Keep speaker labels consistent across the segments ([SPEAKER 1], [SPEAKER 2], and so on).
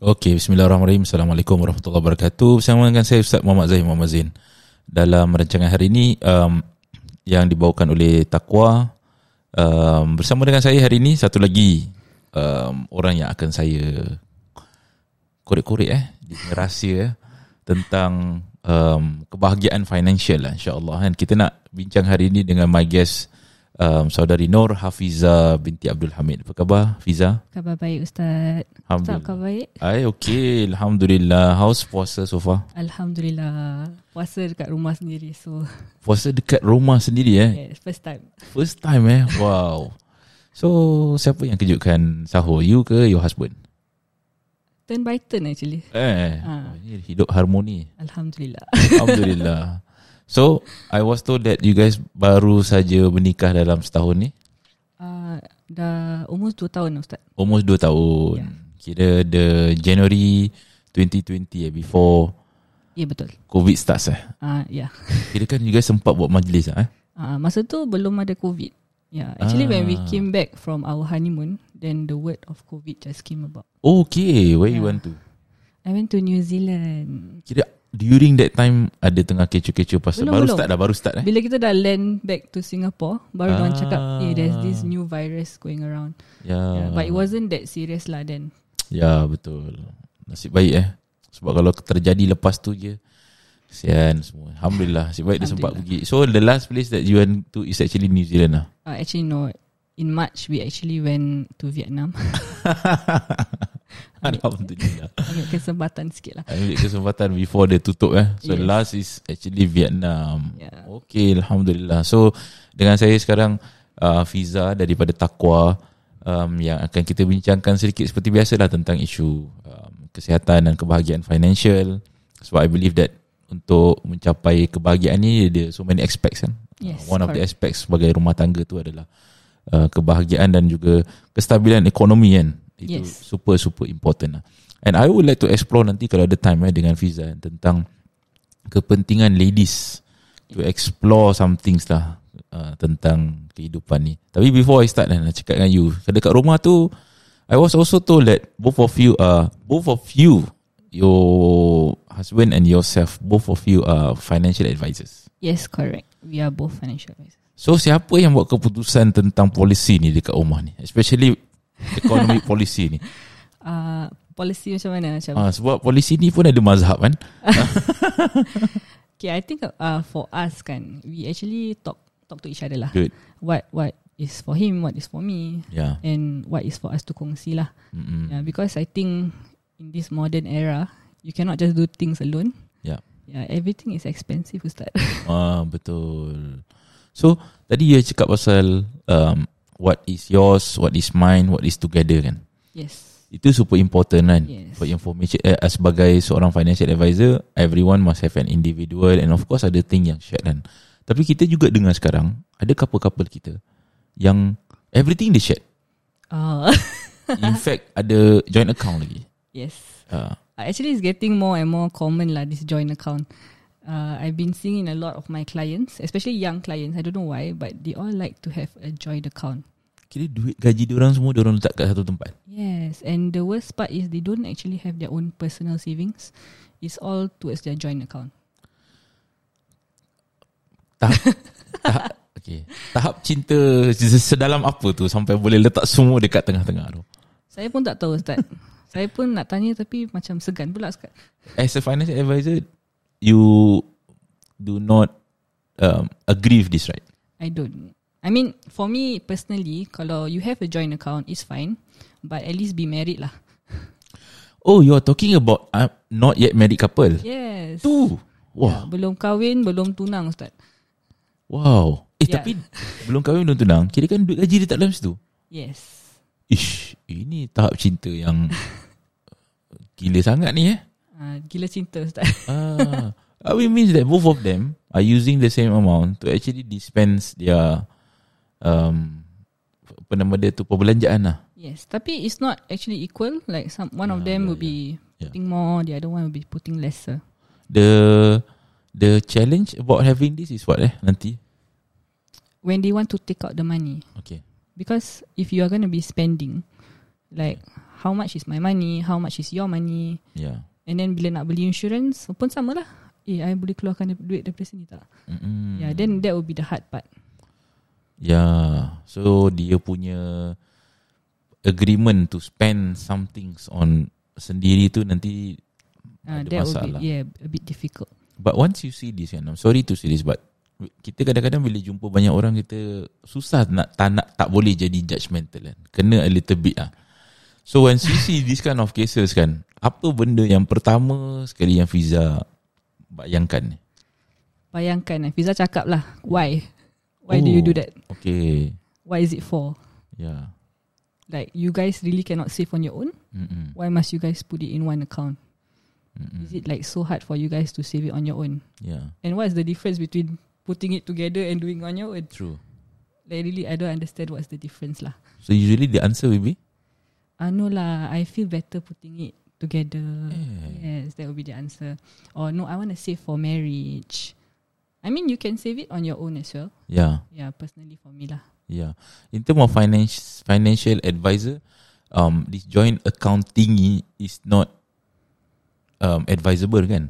[SPEAKER 1] Okey, bismillahirrahmanirrahim. Assalamualaikum warahmatullahi wabarakatuh. Bersama dengan saya Ustaz Muhammad Zain Muhammad Zain. Dalam rancangan hari ini um, yang dibawakan oleh Takwa um, bersama dengan saya hari ini satu lagi um, orang yang akan saya korek-korek eh rahsia eh tentang um, kebahagiaan financial lah insya-Allah kan. Kita nak bincang hari ini dengan my guest um, saudari Nur Hafiza binti Abdul Hamid. Apa khabar Fiza?
[SPEAKER 2] Khabar baik Ustaz. Ustaz
[SPEAKER 1] Alhamdulillah.
[SPEAKER 2] khabar baik?
[SPEAKER 1] Ay, okay. Alhamdulillah. How's puasa so far?
[SPEAKER 2] Alhamdulillah. Puasa dekat rumah sendiri. So,
[SPEAKER 1] Puasa dekat rumah sendiri eh.
[SPEAKER 2] yeah, first time.
[SPEAKER 1] First time eh. Wow. So, siapa yang kejutkan sahur? You ke your husband?
[SPEAKER 2] Turn by turn actually.
[SPEAKER 1] Eh, ha.
[SPEAKER 2] Ah.
[SPEAKER 1] ini hidup harmoni.
[SPEAKER 2] Alhamdulillah.
[SPEAKER 1] Alhamdulillah. so, I was told that you guys baru saja bernikah dalam setahun ni.
[SPEAKER 2] Uh, dah almost 2 tahun Ustaz. Ya.
[SPEAKER 1] Almost dua tahun.
[SPEAKER 2] Yeah.
[SPEAKER 1] Kira the January 2020 eh, before
[SPEAKER 2] Ya yeah, betul.
[SPEAKER 1] COVID starts eh.
[SPEAKER 2] Uh, ya. Yeah.
[SPEAKER 1] Kira kan you guys sempat buat majlis lah eh.
[SPEAKER 2] Uh, masa tu belum ada COVID. Yeah, actually when we
[SPEAKER 1] Ah.
[SPEAKER 2] came back from our honeymoon, then the word of COVID just came about.
[SPEAKER 1] Okay, where you
[SPEAKER 2] Yeah.
[SPEAKER 1] want to?
[SPEAKER 2] I went to New Zealand.
[SPEAKER 1] Kira during that time ada tengah kecoh-kecoh pasal
[SPEAKER 2] Belum,
[SPEAKER 1] baru
[SPEAKER 2] belum.
[SPEAKER 1] start dah, baru start eh.
[SPEAKER 2] Bila kita dah land back to Singapore, baru ah. cakap,
[SPEAKER 1] Ah.
[SPEAKER 2] hey, there's this new virus going around.
[SPEAKER 1] Ya.
[SPEAKER 2] Uh. Yeah, but it wasn't that serious lah then.
[SPEAKER 1] Ya, betul. Nasib baik eh. Sebab kalau terjadi lepas tu je kesian semua. Alhamdulillah, nasib baik dia sempat pergi. So the last place that you went to is actually New Zealand lah.
[SPEAKER 2] Uh, actually, no. In March, we actually went to Vietnam.
[SPEAKER 1] Alhamdulillah.
[SPEAKER 2] Ambil kesempatan sikit lah.
[SPEAKER 1] Ambil kesempatan before dia tutup eh. So yes.
[SPEAKER 2] Yes.
[SPEAKER 1] last is actually Vietnam.
[SPEAKER 2] Yeah.
[SPEAKER 1] Okay, Alhamdulillah. So dengan saya sekarang uh, Fiza daripada Takwa um, yang akan kita bincangkan sedikit seperti biasalah tentang isu um, kesihatan dan kebahagiaan financial. Sebab I believe that untuk mencapai kebahagiaan ni ada so many aspects kan.
[SPEAKER 2] Yes,
[SPEAKER 1] One of the
[SPEAKER 2] correct.
[SPEAKER 1] aspects sebagai rumah tangga tu adalah uh, kebahagiaan dan juga kestabilan ekonomi kan. Itu
[SPEAKER 2] Yes.
[SPEAKER 1] super super important lah. And I would like to explore nanti kalau ada time eh, dengan Fiza eh, tentang kepentingan ladies to explore some things lah uh, tentang kehidupan ni. Tapi before I start lah nak cakap dengan you, dekat rumah tu I was also told that both of you are both of you your husband and yourself both of you are financial advisors.
[SPEAKER 2] Yes, correct. We are both financial advisors.
[SPEAKER 1] So siapa yang buat keputusan tentang polisi ni dekat rumah ni? Especially economic policy ni.
[SPEAKER 2] Uh, policy macam mana? Macam,
[SPEAKER 1] Ah sebab polisi ni pun ada mazhab kan.
[SPEAKER 2] okay, I think uh, for us kan, we actually talk talk to each other lah.
[SPEAKER 1] Good.
[SPEAKER 2] What what is for him, what is for me,
[SPEAKER 1] Yeah.
[SPEAKER 2] and what is for us to kongsi lah.
[SPEAKER 1] Ya. Mm-mm.
[SPEAKER 2] Yeah, because I think in this modern era, you cannot just do things alone.
[SPEAKER 1] Yeah.
[SPEAKER 2] Yeah, everything is expensive, Ustaz.
[SPEAKER 1] Ah betul. So tadi dia cakap pasal um, what is yours, what is mine, what is together kan.
[SPEAKER 2] yes.
[SPEAKER 1] Itu super important kan.
[SPEAKER 2] Yes.
[SPEAKER 1] For information eh, as sebagai seorang financial advisor, everyone must have an individual and of course ada thing yang shared kan. Tapi kita juga dengar sekarang ada couple-couple kita yang everything they share.
[SPEAKER 2] Uh,
[SPEAKER 1] In fact ada joint account lagi.
[SPEAKER 2] yes.
[SPEAKER 1] Uh,
[SPEAKER 2] Uh, actually, it's getting more and more common lah this joint account. Uh, I've been seeing in a lot of my clients, especially young clients. I don't know why, but they all like to have a joint account.
[SPEAKER 1] kira duit gaji diorang semua diorang letak kat satu tempat.
[SPEAKER 2] Yes, and the worst part is they don't actually have their own personal savings. It's all towards their joint account.
[SPEAKER 1] Tahap, okay. Tahap cinta sedalam apa tu sampai boleh letak semua dekat tengah-tengah tu.
[SPEAKER 2] Saya pun tak tahu Ustaz. Saya pun nak tanya tapi macam segan pula Ustaz.
[SPEAKER 1] as a financial advisor, you do not um, agree with this, right?
[SPEAKER 2] I don't. I mean, for me personally, kalau you have a joint account, it's fine. But at least be married lah.
[SPEAKER 1] Oh, you are talking about uh, not yet married couple.
[SPEAKER 2] Yes.
[SPEAKER 1] Tu, wow,
[SPEAKER 2] Belum kahwin, belum tunang Ustaz.
[SPEAKER 1] wow. Eh,
[SPEAKER 2] Yeah.
[SPEAKER 1] tapi belum kahwin belum tunang. Kira kan duit gaji dia tak dalam situ.
[SPEAKER 2] Yes.
[SPEAKER 1] Ish, ini tahap cinta yang gila sangat ni eh.
[SPEAKER 2] Ah, gila cinta Ustaz.
[SPEAKER 1] Ah, uh, it means that both of them are using the same amount to actually dispense their um, apa nama dia tu perbelanjaan lah.
[SPEAKER 2] Yes, tapi it's not actually equal. Like some one of
[SPEAKER 1] Yeah,
[SPEAKER 2] them
[SPEAKER 1] yeah,
[SPEAKER 2] will be
[SPEAKER 1] yeah.
[SPEAKER 2] putting more, the other one will be putting lesser.
[SPEAKER 1] the the challenge about having this is what eh nanti
[SPEAKER 2] When they want to take out the money,
[SPEAKER 1] okay
[SPEAKER 2] because if you are going to be spending, like how much is my money, how much is your money.
[SPEAKER 1] Yeah.
[SPEAKER 2] And then bila nak beli insurance pun sama lah. Eh, I boleh keluarkan du- duit daripada sini tak?
[SPEAKER 1] Mm-mm.
[SPEAKER 2] Yeah, then that will be the hard part.
[SPEAKER 1] Yeah. So dia punya agreement to spend some things on sendiri tu nanti
[SPEAKER 2] Uh,
[SPEAKER 1] Ada
[SPEAKER 2] that will
[SPEAKER 1] masalah.
[SPEAKER 2] be yeah, a bit difficult.
[SPEAKER 1] but once you see this kan I'm sorry to say this but kita kadang-kadang bila jumpa banyak orang kita susah nak tak nak tak boleh jadi judgemental kan. Kena a little bit ah. So once you see this kind of cases kan, apa benda yang pertama sekali yang Fiza bayangkan?
[SPEAKER 2] Bayangkan eh, Fiza cakap lah, why? Why do you
[SPEAKER 1] Oh.
[SPEAKER 2] do that?
[SPEAKER 1] Okay. ya.
[SPEAKER 2] What is it for?
[SPEAKER 1] Yeah.
[SPEAKER 2] Like you guys really cannot save on your own?
[SPEAKER 1] Mm-mm.
[SPEAKER 2] Why must you guys put it in one account?
[SPEAKER 1] Mm-mm. Ya,
[SPEAKER 2] Is it like so hard for you guys to save it on your own?
[SPEAKER 1] Yeah.
[SPEAKER 2] And what is the difference between putting it together and doing on your own?
[SPEAKER 1] True.
[SPEAKER 2] Like really, I don't understand what's the difference lah.
[SPEAKER 1] So usually the answer will be
[SPEAKER 2] Ah no lah, I feel better putting it together.
[SPEAKER 1] Eh.
[SPEAKER 2] Yes, that will be the answer. Or no, I want to save for marriage. I mean, you can save it on your own as well.
[SPEAKER 1] yeah.
[SPEAKER 2] Yeah, personally for me lah.
[SPEAKER 1] Yeah. In terms of finance, financial advisor, um, this joint accounting i- is not um, advisable kan?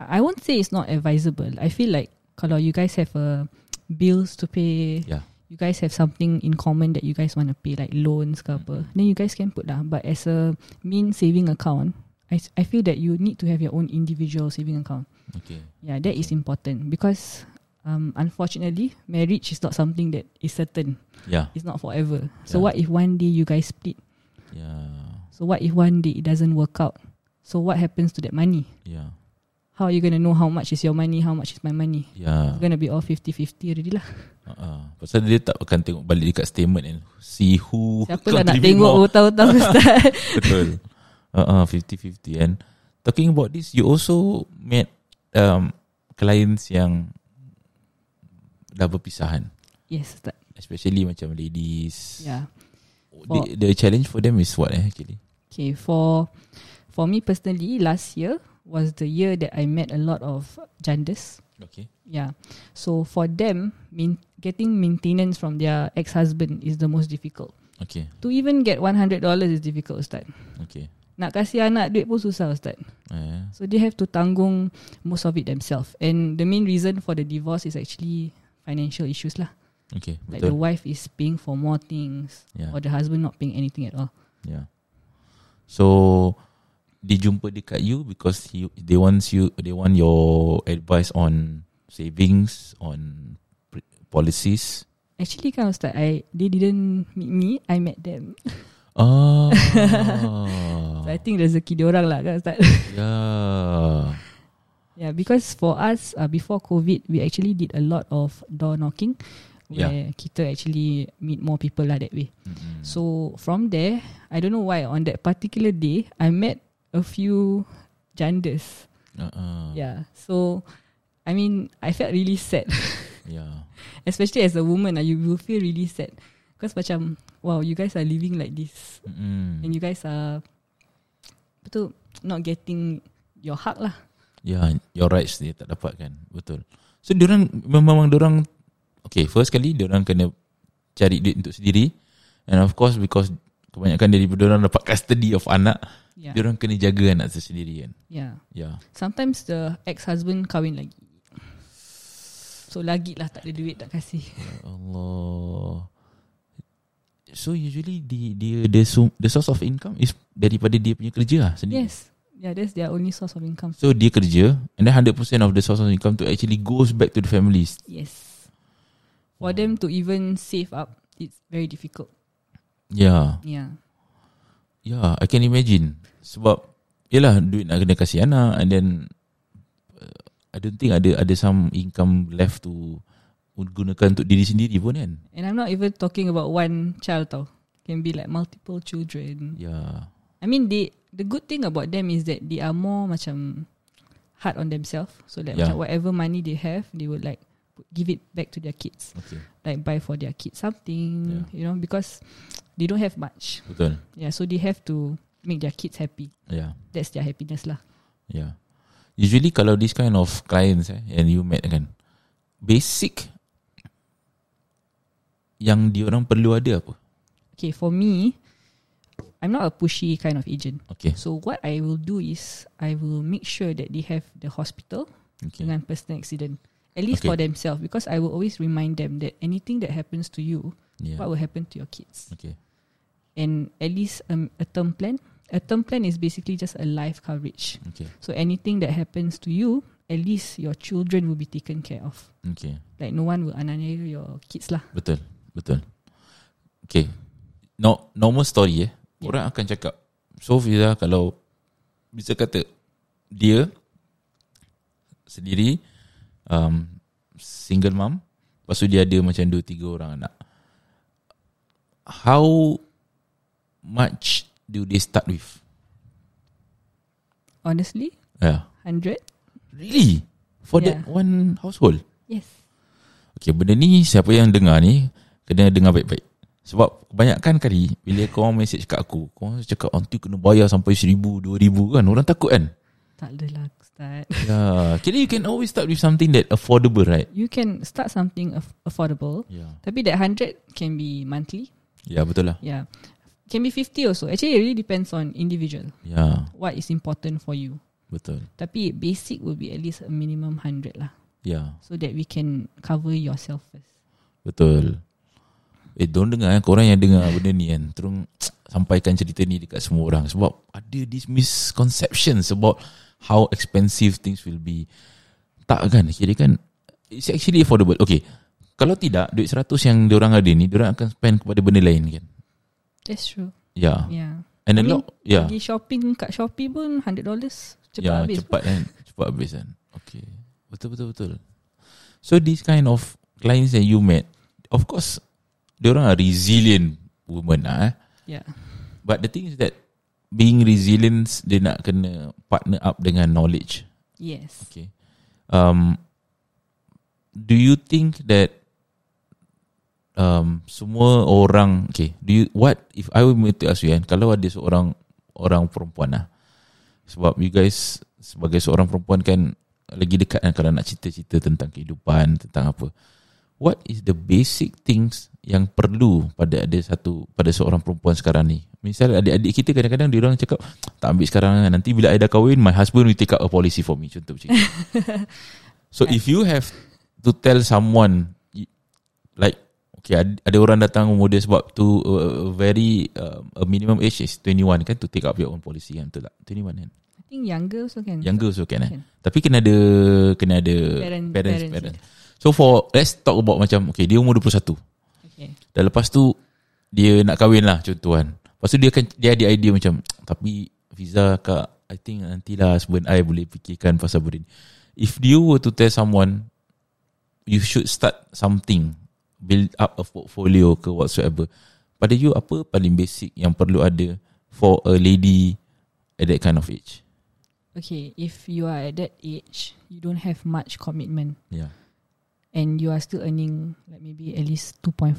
[SPEAKER 2] I I won't say it's not advisable. I feel like kalau you guys have a bills to pay,
[SPEAKER 1] Yeah.
[SPEAKER 2] you guys have something in common that you guys want to pay like loans ke apa,
[SPEAKER 1] Mm-hmm.
[SPEAKER 2] then you guys can put lah. But as a mean saving account, I s- I feel that you need to have your own individual saving account.
[SPEAKER 1] Okay.
[SPEAKER 2] Yeah, that is important because um, unfortunately, marriage is not something that is certain.
[SPEAKER 1] Yeah.
[SPEAKER 2] It's not forever. So
[SPEAKER 1] Yeah.
[SPEAKER 2] what if one day you guys split?
[SPEAKER 1] Yeah.
[SPEAKER 2] So what if one day it doesn't work out? So what happens to that money?
[SPEAKER 1] Yeah.
[SPEAKER 2] How are you gonna know how much is your money, how much is my money?
[SPEAKER 1] Yeah.
[SPEAKER 2] It's gonna be all 50-50 already lah.
[SPEAKER 1] Uh-uh. Pasal dia tak akan tengok balik dekat statement and see who
[SPEAKER 2] Siapa lah nak
[SPEAKER 1] contribute
[SPEAKER 2] tengok
[SPEAKER 1] more.
[SPEAKER 2] hutang-hutang ke start.
[SPEAKER 1] Betul. Uh-uh, 50-50 and talking about this you also met um, clients yang dah berpisahan
[SPEAKER 2] Yes, Ya. start.
[SPEAKER 1] especially macam ladies.
[SPEAKER 2] Yeah.
[SPEAKER 1] The, the challenge for them is what eh actually?
[SPEAKER 2] Okay, for for me personally, last year was the year that I met a lot of jandas.
[SPEAKER 1] Okay.
[SPEAKER 2] Yeah. So for them, main, getting maintenance from their ex-husband is the most difficult.
[SPEAKER 1] Okay.
[SPEAKER 2] To even get $100 is difficult, Ustaz.
[SPEAKER 1] Okay.
[SPEAKER 2] Nak kasih anak duit pun susah, Ustaz.
[SPEAKER 1] Eh.
[SPEAKER 2] So they have to tanggung most of it themselves. And the main reason for the divorce is actually financial issues lah.
[SPEAKER 1] Okay.
[SPEAKER 2] Like
[SPEAKER 1] Betul.
[SPEAKER 2] the wife is paying for more things
[SPEAKER 1] Yeah.
[SPEAKER 2] or the husband not paying anything at all.
[SPEAKER 1] Yeah. So dia jumpa dekat you because he, they wants you they want your advice on savings on pre- policies.
[SPEAKER 2] Actually kan Ustaz, I, they didn't meet me, I met them.
[SPEAKER 1] Ah.
[SPEAKER 2] So
[SPEAKER 1] Oh.
[SPEAKER 2] I think rezeki diorang lah kan Ustaz.
[SPEAKER 1] yeah.
[SPEAKER 2] yeah, because for us, uh, before COVID, we actually did a lot of door knocking. Where kita actually meet more people lah that way.
[SPEAKER 1] Mm-mm.
[SPEAKER 2] So from there, I don't know why, on that particular day, I met a few jandas.
[SPEAKER 1] Uh-uh.
[SPEAKER 2] Yeah. So, I mean, I felt really sad.
[SPEAKER 1] Yeah.
[SPEAKER 2] Especially as a woman, ah, you will feel really sad. Because macam, wow, you guys are living like this. And
[SPEAKER 1] Mm-mm.
[SPEAKER 2] you guys are, betul, not getting your hak lah.
[SPEAKER 1] Yeah, Ya, your rights dia tak dapat kan. Betul. So diorang memang diorang okay, first kali diorang kena cari duit untuk sendiri and of course because kebanyakan daripada diorang dapat custody of anak, yeah.
[SPEAKER 2] Yeah.
[SPEAKER 1] diorang kena jaga anak tu sendiri kan.
[SPEAKER 2] Yeah.
[SPEAKER 1] Yeah.
[SPEAKER 2] Sometimes the ex-husband kahwin lagi. So, lagi lah tak ada duit, tak kasih.
[SPEAKER 1] Ya Allah. So usually the dia the, sum- the source of income is daripada dia punya kerja lah sendiri.
[SPEAKER 2] Yes. Yeah, that's their only source of income.
[SPEAKER 1] So dia kerja and then 100% of the source of income to actually goes back to the families.
[SPEAKER 2] Yes. For them to even save up, it's very difficult.
[SPEAKER 1] Yeah.
[SPEAKER 2] Yeah.
[SPEAKER 1] Yeah, Ya, I can imagine. Sebab yalah duit nak kena kasih anak and then uh, I don't think ada ada some income left to gunakan untuk diri sendiri pun kan.
[SPEAKER 2] And I'm not even talking about one child tau. Can be like multiple children.
[SPEAKER 1] Yeah.
[SPEAKER 2] I mean they the good thing about them is that they are more macam hard on themselves. So like
[SPEAKER 1] Yeah.
[SPEAKER 2] macam whatever money they have, they would like give it back to their kids.
[SPEAKER 1] Okay.
[SPEAKER 2] Like buy for their kids something,
[SPEAKER 1] Yeah.
[SPEAKER 2] you know, because they don't have much.
[SPEAKER 1] Betul.
[SPEAKER 2] Yeah, so they have to make their kids happy.
[SPEAKER 1] Yeah.
[SPEAKER 2] That's their happiness lah.
[SPEAKER 1] Yeah. ya. Usually kalau this kind of clients eh, and you met kan, basic yang diorang perlu ada apa?
[SPEAKER 2] Okay, for me, I'm not a pushy kind of agent.
[SPEAKER 1] Okay.
[SPEAKER 2] So what I will do is I will make sure that they have the hospital
[SPEAKER 1] Okay.
[SPEAKER 2] dengan personal accident. At least
[SPEAKER 1] Okay.
[SPEAKER 2] for themselves because I will always remind them that anything that happens to you,
[SPEAKER 1] Yeah.
[SPEAKER 2] what will happen to your kids?
[SPEAKER 1] Ya. Okay.
[SPEAKER 2] And at least um, a term plan. A term plan is basically just a life coverage.
[SPEAKER 1] Okay.
[SPEAKER 2] So anything that happens to you, at least your children will be taken care of.
[SPEAKER 1] Okay.
[SPEAKER 2] Like no one will aniaya your kids lah.
[SPEAKER 1] Betul. Betul. Okay. No, normal story eh.
[SPEAKER 2] Yeah.
[SPEAKER 1] Orang akan cakap, so Fiza kalau bisa kata dia sendiri um, single mom, lepas tu dia ada macam dua tiga orang anak. How much do they start with?
[SPEAKER 2] Honestly,
[SPEAKER 1] Yeah.
[SPEAKER 2] 100?
[SPEAKER 1] Really? For yeah.
[SPEAKER 2] Yeah.
[SPEAKER 1] that one household?
[SPEAKER 2] Yes.
[SPEAKER 1] Okay, benda ni siapa yang dengar ni kena dengar baik-baik. Sebab kebanyakan kali bila kau message kat aku, kau cakap nanti kena bayar sampai seribu, dua ribu kan. Orang takut kan?
[SPEAKER 2] Tak ada lah aku start.
[SPEAKER 1] Yeah. Kira you can always start with something that affordable, right?
[SPEAKER 2] You can start something aff- affordable.
[SPEAKER 1] Yeah.
[SPEAKER 2] Tapi that 100 can be monthly.
[SPEAKER 1] Yeah, betul lah.
[SPEAKER 2] Yeah. Can be 50 also. Actually, it really depends on individual.
[SPEAKER 1] Yeah,
[SPEAKER 2] What is important for you.
[SPEAKER 1] Ya, betul.
[SPEAKER 2] Tapi basic will be at least a minimum 100 lah.
[SPEAKER 1] Yeah,
[SPEAKER 2] So that we can cover yourself first.
[SPEAKER 1] betul. Eh, don't dengar eh. Korang yang dengar benda ni kan. Terus sampaikan cerita ni dekat semua orang. Sebab ada this misconceptions about how expensive things will be. Tak kan Kira kan It's actually affordable Okay Kalau tidak Duit 100 yang diorang ada ni Diorang akan spend kepada benda lain kan
[SPEAKER 2] That's true.
[SPEAKER 1] Ya yeah.
[SPEAKER 2] Yeah.
[SPEAKER 1] And a
[SPEAKER 2] I mean,
[SPEAKER 1] lot Ya
[SPEAKER 2] Pergi shopping kat Shopee pun $100 cepat
[SPEAKER 1] yeah,
[SPEAKER 2] habis.
[SPEAKER 1] Cepat kan Cepat habis kan Okay Betul betul betul So this kind of Clients that you met Of course Diorang are resilient Women lah eh
[SPEAKER 2] Yeah.
[SPEAKER 1] But the thing is that Being resilient Dia nak kena Partner up dengan knowledge
[SPEAKER 2] Yes.
[SPEAKER 1] Okay. Um, do you think that um, semua orang okay? Do you what if I were to ask you kan? Kalau ada seorang orang perempuan lah, sebab you guys sebagai seorang perempuan kan lagi dekat kan kalau nak cerita-cerita tentang kehidupan tentang apa. What is the basic things yang perlu pada ada satu pada seorang perempuan sekarang ni? Misal adik-adik kita kadang-kadang dia orang cakap tak ambil sekarang lah. nanti bila I dah kahwin my husband will take up a policy for me contoh macam tu. so if you have to tell someone y- like okay ad- ada orang datang umur dia sebab tu uh, very uh, a minimum age is 21 kan to take up your own policy kan betul tak 21 kan
[SPEAKER 2] I think younger also can.
[SPEAKER 1] younger also can eh
[SPEAKER 2] Can.
[SPEAKER 1] tapi kena ada kena ada
[SPEAKER 2] Parent-
[SPEAKER 1] parents,
[SPEAKER 2] parents,
[SPEAKER 1] parents. so for let's talk about macam okay dia umur 21
[SPEAKER 2] Okay.
[SPEAKER 1] dan lepas tu dia nak kahwin lah contoh kan. Lepas tu dia akan dia ada idea macam tapi visa kak I think nantilah husband I boleh fikirkan pasal benda ni. If you were to tell someone you should start something build up a portfolio ke whatsoever. Pada you apa paling basic yang perlu ada for a lady at that kind of age?
[SPEAKER 2] Okay, if you are at that age, you don't have much commitment
[SPEAKER 1] Yeah.
[SPEAKER 2] and you are still earning like maybe at least 2.5,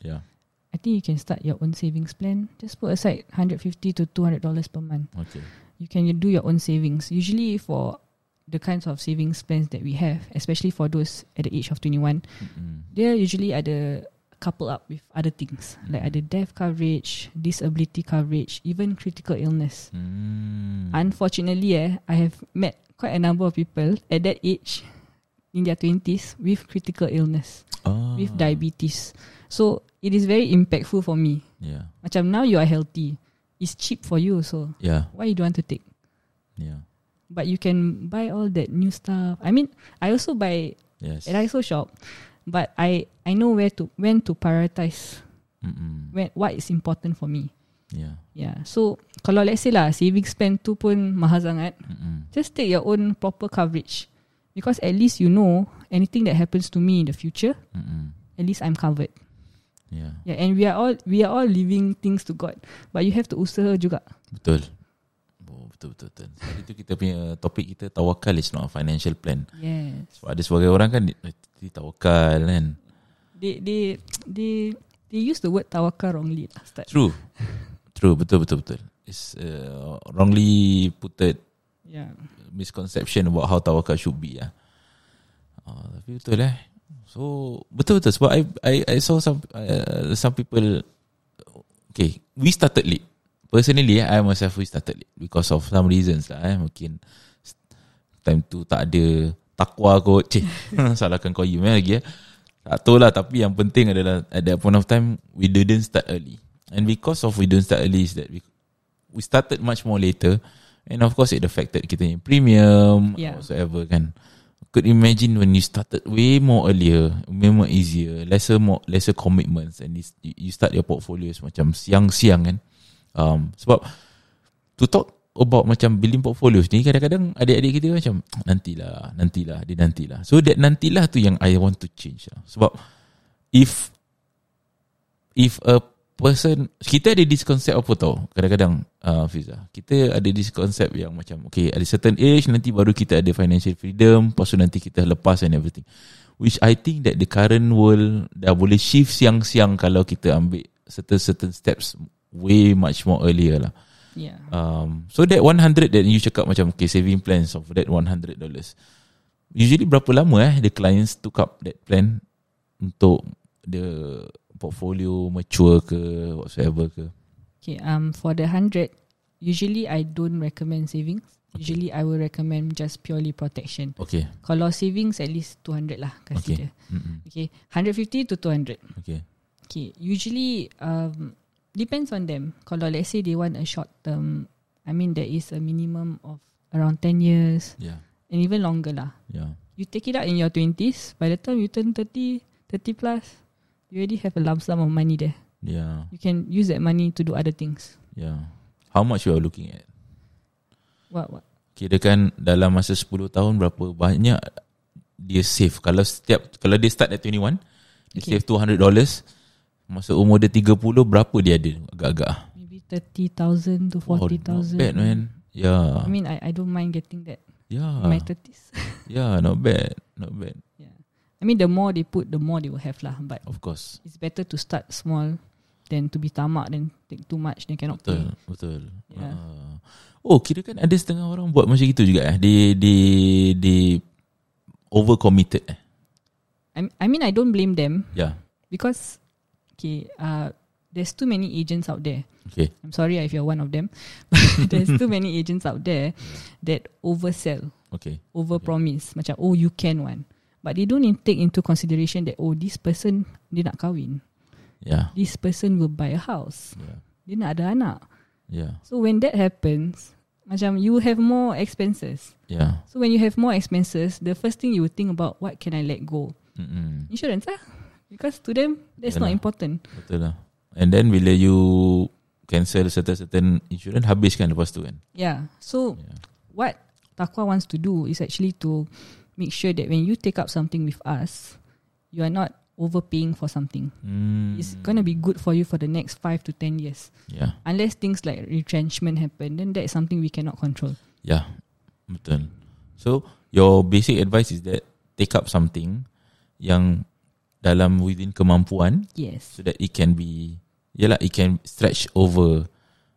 [SPEAKER 1] Yeah.
[SPEAKER 2] I think you can start your own savings plan. Just put aside 150 to 200 dollars per month.
[SPEAKER 1] Okay.
[SPEAKER 2] You can do your own savings. Usually for the kinds of savings plans that we have, especially for those at the age of 21,
[SPEAKER 1] Mm-mm.
[SPEAKER 2] they're usually ada coupled up with other things like ada death coverage, disability coverage, even critical illness.
[SPEAKER 1] Mm.
[SPEAKER 2] Unfortunately, eh, I have met quite a number of people at that age, in their twenties, with critical illness,
[SPEAKER 1] Ah.
[SPEAKER 2] with diabetes. So it is very impactful for me.
[SPEAKER 1] Yeah.
[SPEAKER 2] Macam now you are healthy, it's cheap for you also.
[SPEAKER 1] Yeah.
[SPEAKER 2] Why you don't want to take?
[SPEAKER 1] Yeah.
[SPEAKER 2] But you can buy all that new stuff. I mean, I also buy
[SPEAKER 1] Yes.
[SPEAKER 2] at ISO shop, but I I know where to when to prioritize
[SPEAKER 1] Mm-mm. Ya.
[SPEAKER 2] when what is important for me.
[SPEAKER 1] Yeah.
[SPEAKER 2] Yeah. So kalau let's say lah savings plan tu pun mahal sangat.
[SPEAKER 1] Mm-mm.
[SPEAKER 2] just take your own proper coverage because at least you know anything that happens to me in the future
[SPEAKER 1] Mm-mm. Ya,
[SPEAKER 2] at least i'm covered
[SPEAKER 1] Yeah,
[SPEAKER 2] yeah and we are all we are all leaving things to god but you have to usaha juga
[SPEAKER 1] betul. Oh, betul betul betul. Sebab itu kita punya topik kita tawakal is not a financial plan.
[SPEAKER 2] yes
[SPEAKER 1] Sebab ada sebagai orang kan dia, dia tawakal kan.
[SPEAKER 2] they they they they use the word tawakal wrongly lah, Ustaz.
[SPEAKER 1] True. True, betul betul betul. It's uh, wrongly putted
[SPEAKER 2] yeah
[SPEAKER 1] misconception about how tawakal should be lah. Uh, tapi betul eh. So betul betul sebab I I I saw some uh, some people okay, we started late. Personally I myself we started late Because of some reasons lah eh. Mungkin Time tu tak ada Takwa kot Cik Salahkan kau you eh, lagi eh. Tak tahu lah Tapi yang penting adalah At that point of time We didn't start early And because of we didn't start early Is that we, we started much more later And of course it affected kita punya premium yeah.
[SPEAKER 2] Yeah.
[SPEAKER 1] Whatsoever kan Could imagine when you started way more earlier, way more easier, lesser more lesser commitments and it's- you you start your portfolios macam siang-siang kan. Um, sebab to talk about macam building portfolios ni kadang-kadang adik-adik kita macam "Ah, nantilah, nantilah, dia nantilah. So that nantilah tu yang I want to change lah. Sebab if if a person kita ada this concept apa tau kadang-kadang uh, Fiza kita ada this concept yang macam okay at a certain age nanti baru kita ada financial freedom lepas tu nanti kita lepas and everything which I think that the current world dah boleh shift siang-siang kalau kita ambil certain certain steps way much more earlier lah
[SPEAKER 2] Yeah.
[SPEAKER 1] um, so that 100 that you cakap macam okay saving plans of that 100 dollars usually berapa lama eh the clients took up that plan untuk the portfolio mature ke whatsoever ke
[SPEAKER 2] Okay. Um, for the hundred, usually I don't recommend savings. Usually I will recommend just purely protection.
[SPEAKER 1] okay
[SPEAKER 2] Kalau savings at least 200 lah kasi
[SPEAKER 1] Okay.
[SPEAKER 2] dia.
[SPEAKER 1] Mm-mm.
[SPEAKER 2] Okay, 150 to 200.
[SPEAKER 1] okay
[SPEAKER 2] Okay, usually um, depends on them. Kalau let's say they want a short term, I mean there is a minimum of around 10 years
[SPEAKER 1] yeah
[SPEAKER 2] and even longer lah.
[SPEAKER 1] yeah
[SPEAKER 2] You take it out in your 20s, by the time you turn 30, 30 plus, you already have a lump sum of money there.
[SPEAKER 1] yeah
[SPEAKER 2] You can use that money to do other things.
[SPEAKER 1] yeah how much you are looking at
[SPEAKER 2] What, what?
[SPEAKER 1] kirakan dalam masa 10 tahun berapa banyak dia save kalau setiap kalau dia start at 21 dia
[SPEAKER 2] Okay.
[SPEAKER 1] save 200 dollars masa umur dia 30 berapa dia ada agak-agak ah?
[SPEAKER 2] Maybe 30,000 to
[SPEAKER 1] Wow, Oh, not
[SPEAKER 2] 40,000.
[SPEAKER 1] bad man Ya. Ah. yeah
[SPEAKER 2] I mean, I, I don't mind getting that
[SPEAKER 1] yeah
[SPEAKER 2] in my 30s.
[SPEAKER 1] yeah Ya, not bad not bad
[SPEAKER 2] yeah. I mean, the more they put, the more they will have lah. But
[SPEAKER 1] of course
[SPEAKER 2] it's better to start small than to be tamak then take too much then cannot
[SPEAKER 1] betul
[SPEAKER 2] pay.
[SPEAKER 1] betul
[SPEAKER 2] Yeah.
[SPEAKER 1] Ah. oh kira kan ada setengah orang buat macam itu juga eh they they they overcommitted eh Ya.
[SPEAKER 2] I, I mean I don't blame them
[SPEAKER 1] yeah
[SPEAKER 2] because okay uh there's too many agents out there.
[SPEAKER 1] okay
[SPEAKER 2] I'm sorry if you're one of them, but there's too many agents out there that oversell,
[SPEAKER 1] okay
[SPEAKER 2] overpromise. Macam oh you can one, but they don't in- take into consideration that oh this person dia nak kahwin,
[SPEAKER 1] yeah
[SPEAKER 2] this person will buy a house,
[SPEAKER 1] yeah
[SPEAKER 2] dia nak ada anak.
[SPEAKER 1] yeah
[SPEAKER 2] So when that happens, macam you have more expenses.
[SPEAKER 1] yeah
[SPEAKER 2] So when you have more expenses, the first thing you would think about what can I let go?
[SPEAKER 1] Mm-mm.
[SPEAKER 2] Insurance lah. Because to them that's not
[SPEAKER 1] Yalah.
[SPEAKER 2] important.
[SPEAKER 1] Betul lah. And then bila you cancel certain-certain insurance, habiskan lepas tu kan? Ya.
[SPEAKER 2] Yeah. So
[SPEAKER 1] Yeah.
[SPEAKER 2] what Takwa wants to do is actually to make sure that when you take up something with us, you are not overpaying for something.
[SPEAKER 1] Hmm. Ya.
[SPEAKER 2] It's gonna be good for you for the next five to ten years.
[SPEAKER 1] Yeah.
[SPEAKER 2] Unless things like retrenchment happen, then that is something we cannot control.
[SPEAKER 1] Yeah. Ya, Betul. So, your basic advice is that take up something yang dalam within kemampuan
[SPEAKER 2] Yes.
[SPEAKER 1] so that it can be, yelah, it can stretch over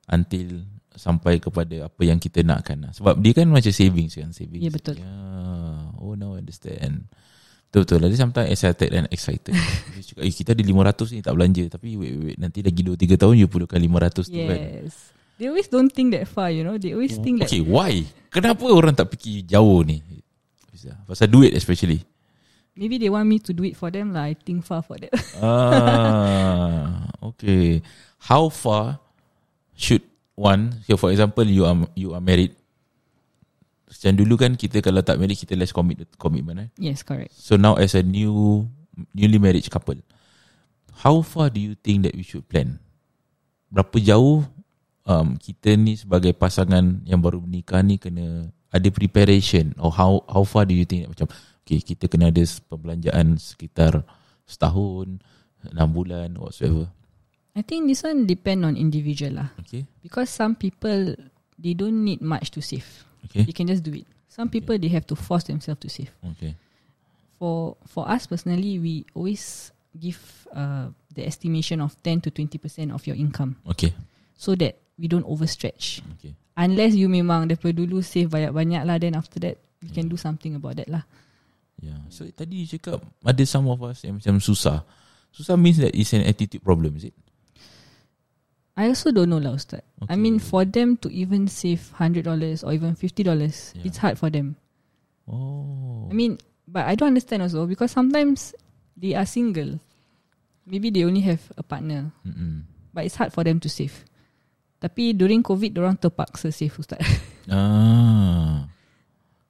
[SPEAKER 1] until sampai kepada apa yang kita nakkan lah. Sebab dia kan macam savings kan savings.
[SPEAKER 2] Ya, betul.
[SPEAKER 1] Yeah. Oh now I understand. Betul-betul lah. Dia sometimes excited and excited. dia cakap, eh, kita ada 500 ni tak belanja. Tapi wait, wait, wait. Nanti lagi 2-3 tahun you perlukan 500 tu kan.
[SPEAKER 2] Yes. They always don't think that far, you know. They always think
[SPEAKER 1] Oh,
[SPEAKER 2] that
[SPEAKER 1] Okay, why? Kenapa orang tak fikir jauh ni? Fiza? Pasal duit especially.
[SPEAKER 2] maybe they want me to do it for them lah. I think far for that.
[SPEAKER 1] ah, okay. How far should one? So for example, you are you are married. Macam dulu kan kita kalau tak married kita less commit commitment. Eh?
[SPEAKER 2] yes, correct.
[SPEAKER 1] So now as a new newly married couple, how far do you think that we should plan? Berapa jauh um, kita ni sebagai pasangan yang baru menikah ni kena ada preparation or how how far do you think that macam okay kita kena ada perbelanjaan sekitar setahun, enam bulan whatsoever.
[SPEAKER 2] I think this one depend on individual lah.
[SPEAKER 1] Okay?
[SPEAKER 2] Because some people they don't need much to save.
[SPEAKER 1] Okay.
[SPEAKER 2] They can just do it. Some people they have to force themselves to save.
[SPEAKER 1] Okay.
[SPEAKER 2] For for us personally, we always give uh, the estimation of ten to twenty percent of your income
[SPEAKER 1] Okay.
[SPEAKER 2] so that we don't overstretch.
[SPEAKER 1] Okay.
[SPEAKER 2] Unless you memang daripada dulu save banyak-banyak lah, then after that you can do something about that lah.
[SPEAKER 1] Yeah. Ya. So tadi you cakap ada some of us yang macam susah. Susah means that it's an attitude problem, is it?
[SPEAKER 2] I also don't know lah Ustaz. I mean for them to even save $100 or even $50,
[SPEAKER 1] Yeah.
[SPEAKER 2] it's hard for them.
[SPEAKER 1] Oh.
[SPEAKER 2] I mean, but I don't understand also because sometimes they are single. Maybe they only have a partner,
[SPEAKER 1] Mm-mm.
[SPEAKER 2] but it's hard for them to save. Tapi during COVID, orang terpaksa save Ustaz.
[SPEAKER 1] Ah.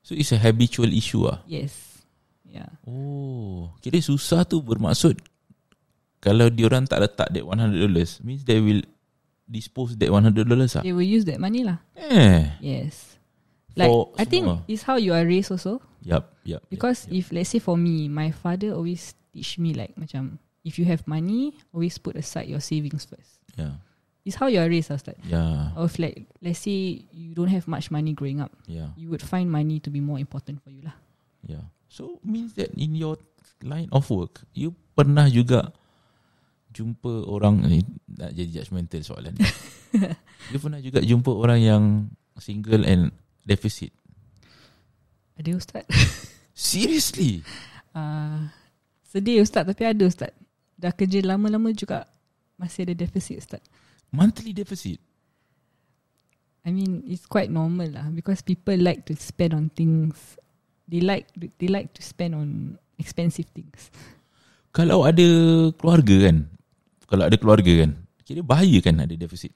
[SPEAKER 1] So it's a habitual issue ah.
[SPEAKER 2] yes. Yeah.
[SPEAKER 1] Oh. Kira susah tu bermaksud kalau diorang tak letak that $100 means they will dispose that $100 ah.
[SPEAKER 2] They will use that money lah.
[SPEAKER 1] Eh.
[SPEAKER 2] Yes. Like
[SPEAKER 1] For
[SPEAKER 2] I think
[SPEAKER 1] semua.
[SPEAKER 2] it's how you are raised also.
[SPEAKER 1] Yup, yup.
[SPEAKER 2] Because if let's say for me, my father always teach me like macam if you have money, always put aside your savings first.
[SPEAKER 1] Yeah.
[SPEAKER 2] It's how you are raised, Ustaz.
[SPEAKER 1] Yeah.
[SPEAKER 2] Or if like let's say you don't have much money growing up,
[SPEAKER 1] Yeah.
[SPEAKER 2] you would find money to be more important for you lah.
[SPEAKER 1] Yeah. So means that in your line of work, you pernah juga jumpa orang ni nak jadi judgemental soalan ni. you pernah juga jumpa orang yang single and deficit.
[SPEAKER 2] Ada Ustaz?
[SPEAKER 1] Seriously?
[SPEAKER 2] Uh, sedih Ustaz tapi ada Ustaz. Dah kerja lama-lama juga masih ada deficit Ustaz.
[SPEAKER 1] Monthly deficit?
[SPEAKER 2] I mean it's quite normal lah because people like to spend on things. They like they like to spend on expensive things.
[SPEAKER 1] Kalau ada keluarga kan? Kalau ada keluarga kan? Kira bahaya kan ada deficit?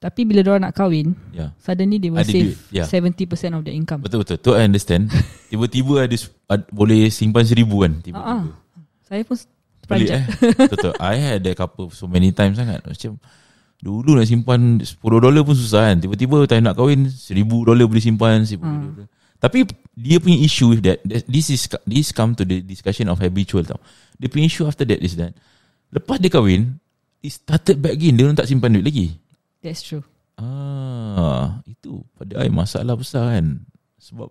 [SPEAKER 2] Tapi bila orang nak kahwin,
[SPEAKER 1] Ya. Yeah.
[SPEAKER 2] suddenly they will
[SPEAKER 1] Ada
[SPEAKER 2] save
[SPEAKER 1] duit, ya. yeah.
[SPEAKER 2] 70% of their income.
[SPEAKER 1] Betul-betul. Tu I understand. Tiba-tiba ada, ad, boleh simpan seribu kan? Tiba-tiba.
[SPEAKER 2] Ah, ah. Saya pun
[SPEAKER 1] Pelik
[SPEAKER 2] terperanjat.
[SPEAKER 1] eh Betul I had that couple So many times sangat Macam Dulu nak simpan 10 dolar pun susah kan Tiba-tiba time nak kahwin 1000 dolar boleh simpan 1000 dolar Tapi Dia punya issue with that that- This is This come to the discussion of habitual tau Dia punya issue after that is that Lepas dia kahwin It started back again Dia orang tak simpan duit lagi
[SPEAKER 2] That's true.
[SPEAKER 1] Ah, Itu pada I masalah besar kan Sebab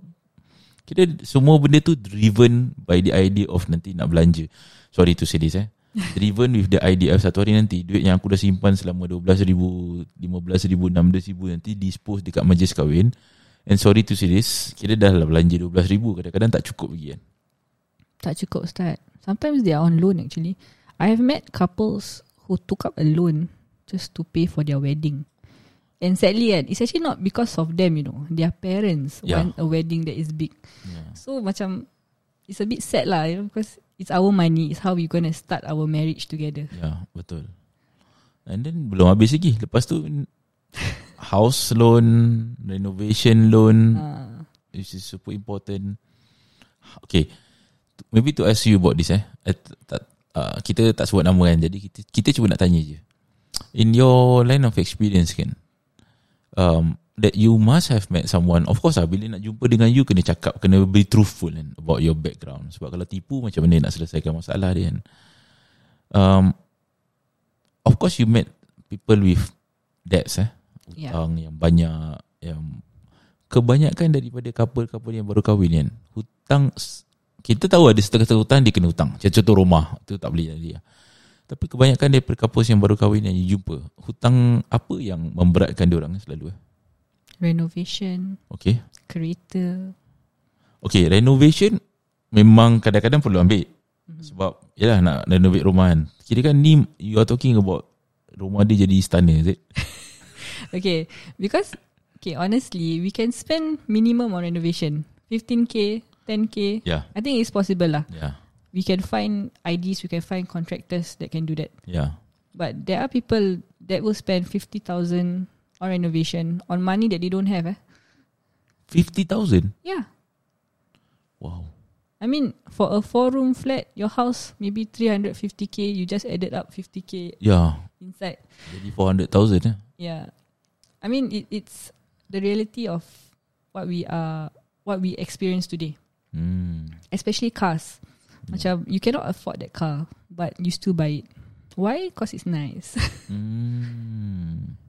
[SPEAKER 1] Kita semua benda tu driven by the idea of nanti nak belanja Sorry to say this eh Driven with the idea of satu hari nanti Duit yang aku dah simpan selama RM12,000 RM15,000, RM16,000 Nanti dispose dekat majlis kahwin And sorry to say this Kira dah lah belanja RM12,000 Kadang-kadang tak cukup lagi kan
[SPEAKER 2] Tak cukup Ustaz. Sometimes they are on loan actually. I have met couples who took up a loan just to pay for their wedding. And sadly kan, it's actually not because of them you know. Their parents
[SPEAKER 1] Yeah.
[SPEAKER 2] want a wedding that is big.
[SPEAKER 1] yeah.
[SPEAKER 2] So macam, it's a bit sad lah you know, because it's our money. It's how we gonna start our marriage together.
[SPEAKER 1] Ya, betul. And then belum habis lagi. Lepas tu house loan, renovation loan,
[SPEAKER 2] Ah,
[SPEAKER 1] which is super important. Okay, maybe to ask you about this eh. I t- tak- ah, kita tak sebut nama kan, jadi kita kita cuba nak tanya je. In your line of experience kan, um, that you must have met someone. Of course lah, bila nak jumpa dengan you kena cakap, kena be truthful kan about your background. Sebab kalau tipu macam mana nak selesaikan masalah dia kan. Um, of course you met people with debts eh
[SPEAKER 2] yeah.
[SPEAKER 1] hutang yang banyak yang kebanyakan daripada couple-couple yang baru kahwin kan hutang s- kita tahu ada setengah-setengah hutang dia kena hutang macam contoh rumah tu tak boleh jadi lah. tapi kebanyakan daripada couples yang baru kahwin yang you jumpa hutang apa yang memberatkan dia orang selalu eh
[SPEAKER 2] Renovation,
[SPEAKER 1] okey
[SPEAKER 2] kereta.
[SPEAKER 1] Okay, renovation memang kadang-kadang perlu ambil.
[SPEAKER 2] Mm-hmm.
[SPEAKER 1] Sebab, yalah nak renovate rumah kan. Kira kan ni, you are talking about rumah dia jadi istana, is it?
[SPEAKER 2] Okay, because okay, honestly, we can spend minimum on renovation, 15k, 10k.
[SPEAKER 1] Yeah,
[SPEAKER 2] I think it's possible lah.
[SPEAKER 1] yeah,
[SPEAKER 2] We can find IDs, we can find contractors that can do that.
[SPEAKER 1] yeah.
[SPEAKER 2] But there are people that will spend fifty thousand on renovation on money that they don't have. Eh?
[SPEAKER 1] 50,000?
[SPEAKER 2] Yeah,
[SPEAKER 1] Wow.
[SPEAKER 2] I mean for a four-room flat, your house maybe three hundred fifty k. You just added up fifty k
[SPEAKER 1] Yeah,
[SPEAKER 2] inside.
[SPEAKER 1] jadi 400,000 eh.
[SPEAKER 2] Yeah. I mean it, it's the reality of what we are what we experience today.
[SPEAKER 1] Hmm.
[SPEAKER 2] Especially cars. Macam you cannot afford that car but you still buy it. Why? Because it's nice.
[SPEAKER 1] Hmm.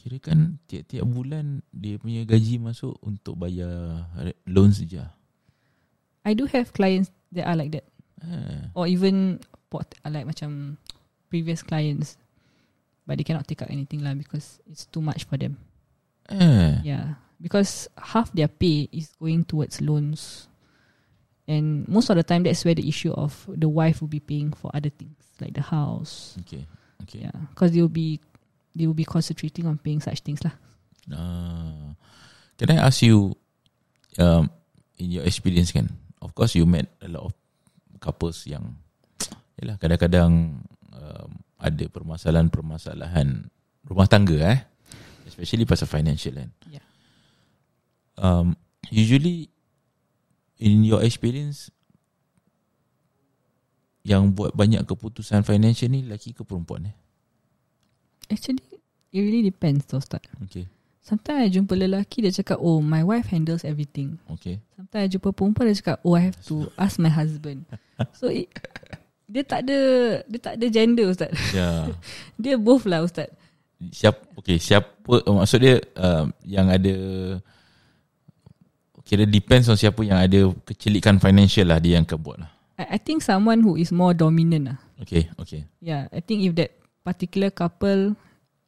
[SPEAKER 1] Kira kan tiap-tiap bulan dia punya gaji masuk untuk bayar re- loan saja.
[SPEAKER 2] I do have clients that are like that
[SPEAKER 1] Eh.
[SPEAKER 2] or even pot, like macam previous clients but they cannot take out anything lah because it's too much for them.
[SPEAKER 1] Eh.
[SPEAKER 2] Yeah, because half their pay is going towards loans, and most of the time that's where the issue of the wife will be paying for other things like the house.
[SPEAKER 1] Okay. Okay.
[SPEAKER 2] Ya. Yeah, because they'll be they will be concentrating on paying such things lah.
[SPEAKER 1] Uh, can I ask you, um, in your experience kan, of course you met a lot of couples yang, yalah kadang-kadang um, ada permasalahan-permasalahan rumah tangga eh, especially pasal financial kan.
[SPEAKER 2] Yeah.
[SPEAKER 1] Um, usually, in your experience, yang buat banyak keputusan financial ni lelaki ke perempuan eh?
[SPEAKER 2] Actually, it really depends though, Ustaz.
[SPEAKER 1] Okay,
[SPEAKER 2] Sometimes I jumpa lelaki dia cakap, oh my wife handles everything.
[SPEAKER 1] okay.
[SPEAKER 2] Sometimes I jumpa perempuan dia cakap Oh I have to ask my husband So it, Dia tak ada Dia tak ada gender Ustaz
[SPEAKER 1] Yeah.
[SPEAKER 2] Dia both lah Ustaz
[SPEAKER 1] siapa okey siapa oh, maksud dia um, yang ada kira depends on siapa yang ada kecelikan financial lah dia yang akan buat lah.
[SPEAKER 2] I, I think someone who is more dominant lah
[SPEAKER 1] Okey, okey.
[SPEAKER 2] Yeah I think if that particular couple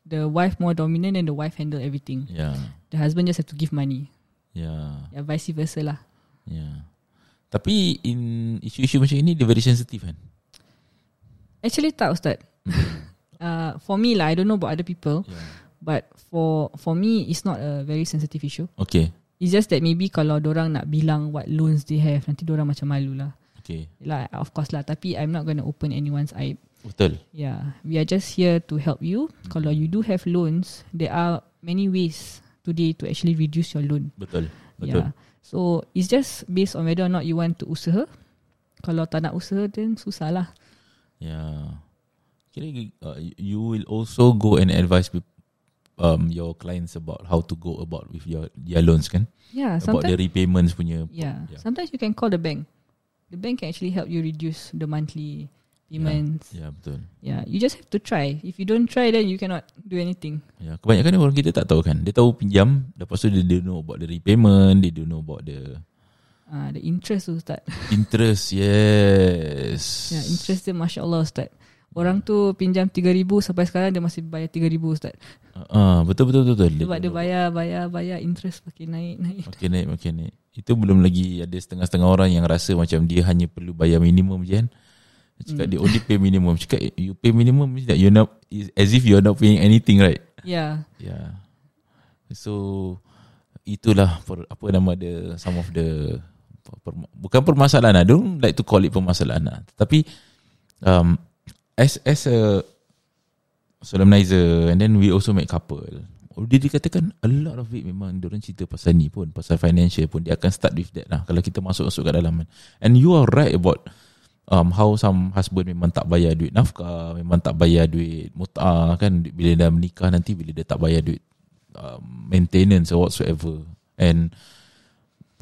[SPEAKER 2] The wife more dominant Then the wife handle everything
[SPEAKER 1] Ya.
[SPEAKER 2] The husband just have to give money
[SPEAKER 1] Ya.
[SPEAKER 2] Yeah vice versa lah
[SPEAKER 1] Ya. Tapi in isu-isu macam ini dia very sensitive kan.
[SPEAKER 2] Actually tak Ustaz uh, For me lah I don't know about other people
[SPEAKER 1] Ya.
[SPEAKER 2] But for for me It's not a very sensitive issue
[SPEAKER 1] Okey.
[SPEAKER 2] It's just that maybe Kalau dorang nak bilang What loans they have Nanti dorang macam malu lah
[SPEAKER 1] Okey.
[SPEAKER 2] lah of course lah tapi I'm not going to open anyone's eye.
[SPEAKER 1] Betul.
[SPEAKER 2] Yeah, we are just here to help you. Kalau
[SPEAKER 1] Mm-hmm.
[SPEAKER 2] you do have loans, there are many ways today to actually reduce your loan.
[SPEAKER 1] Betul. Betul.
[SPEAKER 2] Yeah. So it's just based on whether or not you want to usaha. Kalau tak nak usaha then susah lah.
[SPEAKER 1] Ya. Kira uh, you will also go and advise peop- um your clients about how to go about with your their loans kan?
[SPEAKER 2] Yeah,
[SPEAKER 1] about the
[SPEAKER 2] sometimes
[SPEAKER 1] repayments punya
[SPEAKER 2] yeah,
[SPEAKER 1] yeah.
[SPEAKER 2] sometimes you can call the bank. The bank can actually help you reduce the monthly payments.
[SPEAKER 1] Ya, betul.
[SPEAKER 2] yeah, you just have to try. If you don't try then you cannot do anything.
[SPEAKER 1] Ya, kebanyakan orang kita tak tahu kan. Dia tahu pinjam, lepas tu dia don't know about the repayment, they don't know about the
[SPEAKER 2] Ah, uh, the interest tu start
[SPEAKER 1] interest. Yes.
[SPEAKER 2] Ya, interest dia Masya Allah Ustaz. Orang tu pinjam RM3,000 sampai sekarang dia masih bayar RM3,000 Ustaz.
[SPEAKER 1] Ah, betul betul betul. betul.
[SPEAKER 2] Sebab dia bayar, bayar, bayar interest makin naik, naik.
[SPEAKER 1] Makin naik, makin naik. Itu belum lagi ada setengah-setengah orang yang rasa macam dia hanya perlu bayar minimum je kan. Dia Cakap
[SPEAKER 2] Hmm.
[SPEAKER 1] dia only pay minimum. Cakap eh, you pay minimum means that you're not is as if you're not paying anything right.
[SPEAKER 2] Ya,
[SPEAKER 1] Yeah. So itulah per, apa nama dia some of the per, per- bukan permasalahan lah. Don't like to call it permasalahan lah. Tapi um, as as a solemnizer and then we also make couple. Dia dikatakan a lot of it memang dia orang cerita pasal ni pun, pasal financial pun dia akan start with that lah kalau kita masuk-masuk kat dalam kan. And you are right about um, how some husband memang tak bayar duit nafkah, memang tak bayar duit mut'ah kan bila dah menikah nanti bila dia tak bayar duit um, maintenance or whatsoever. And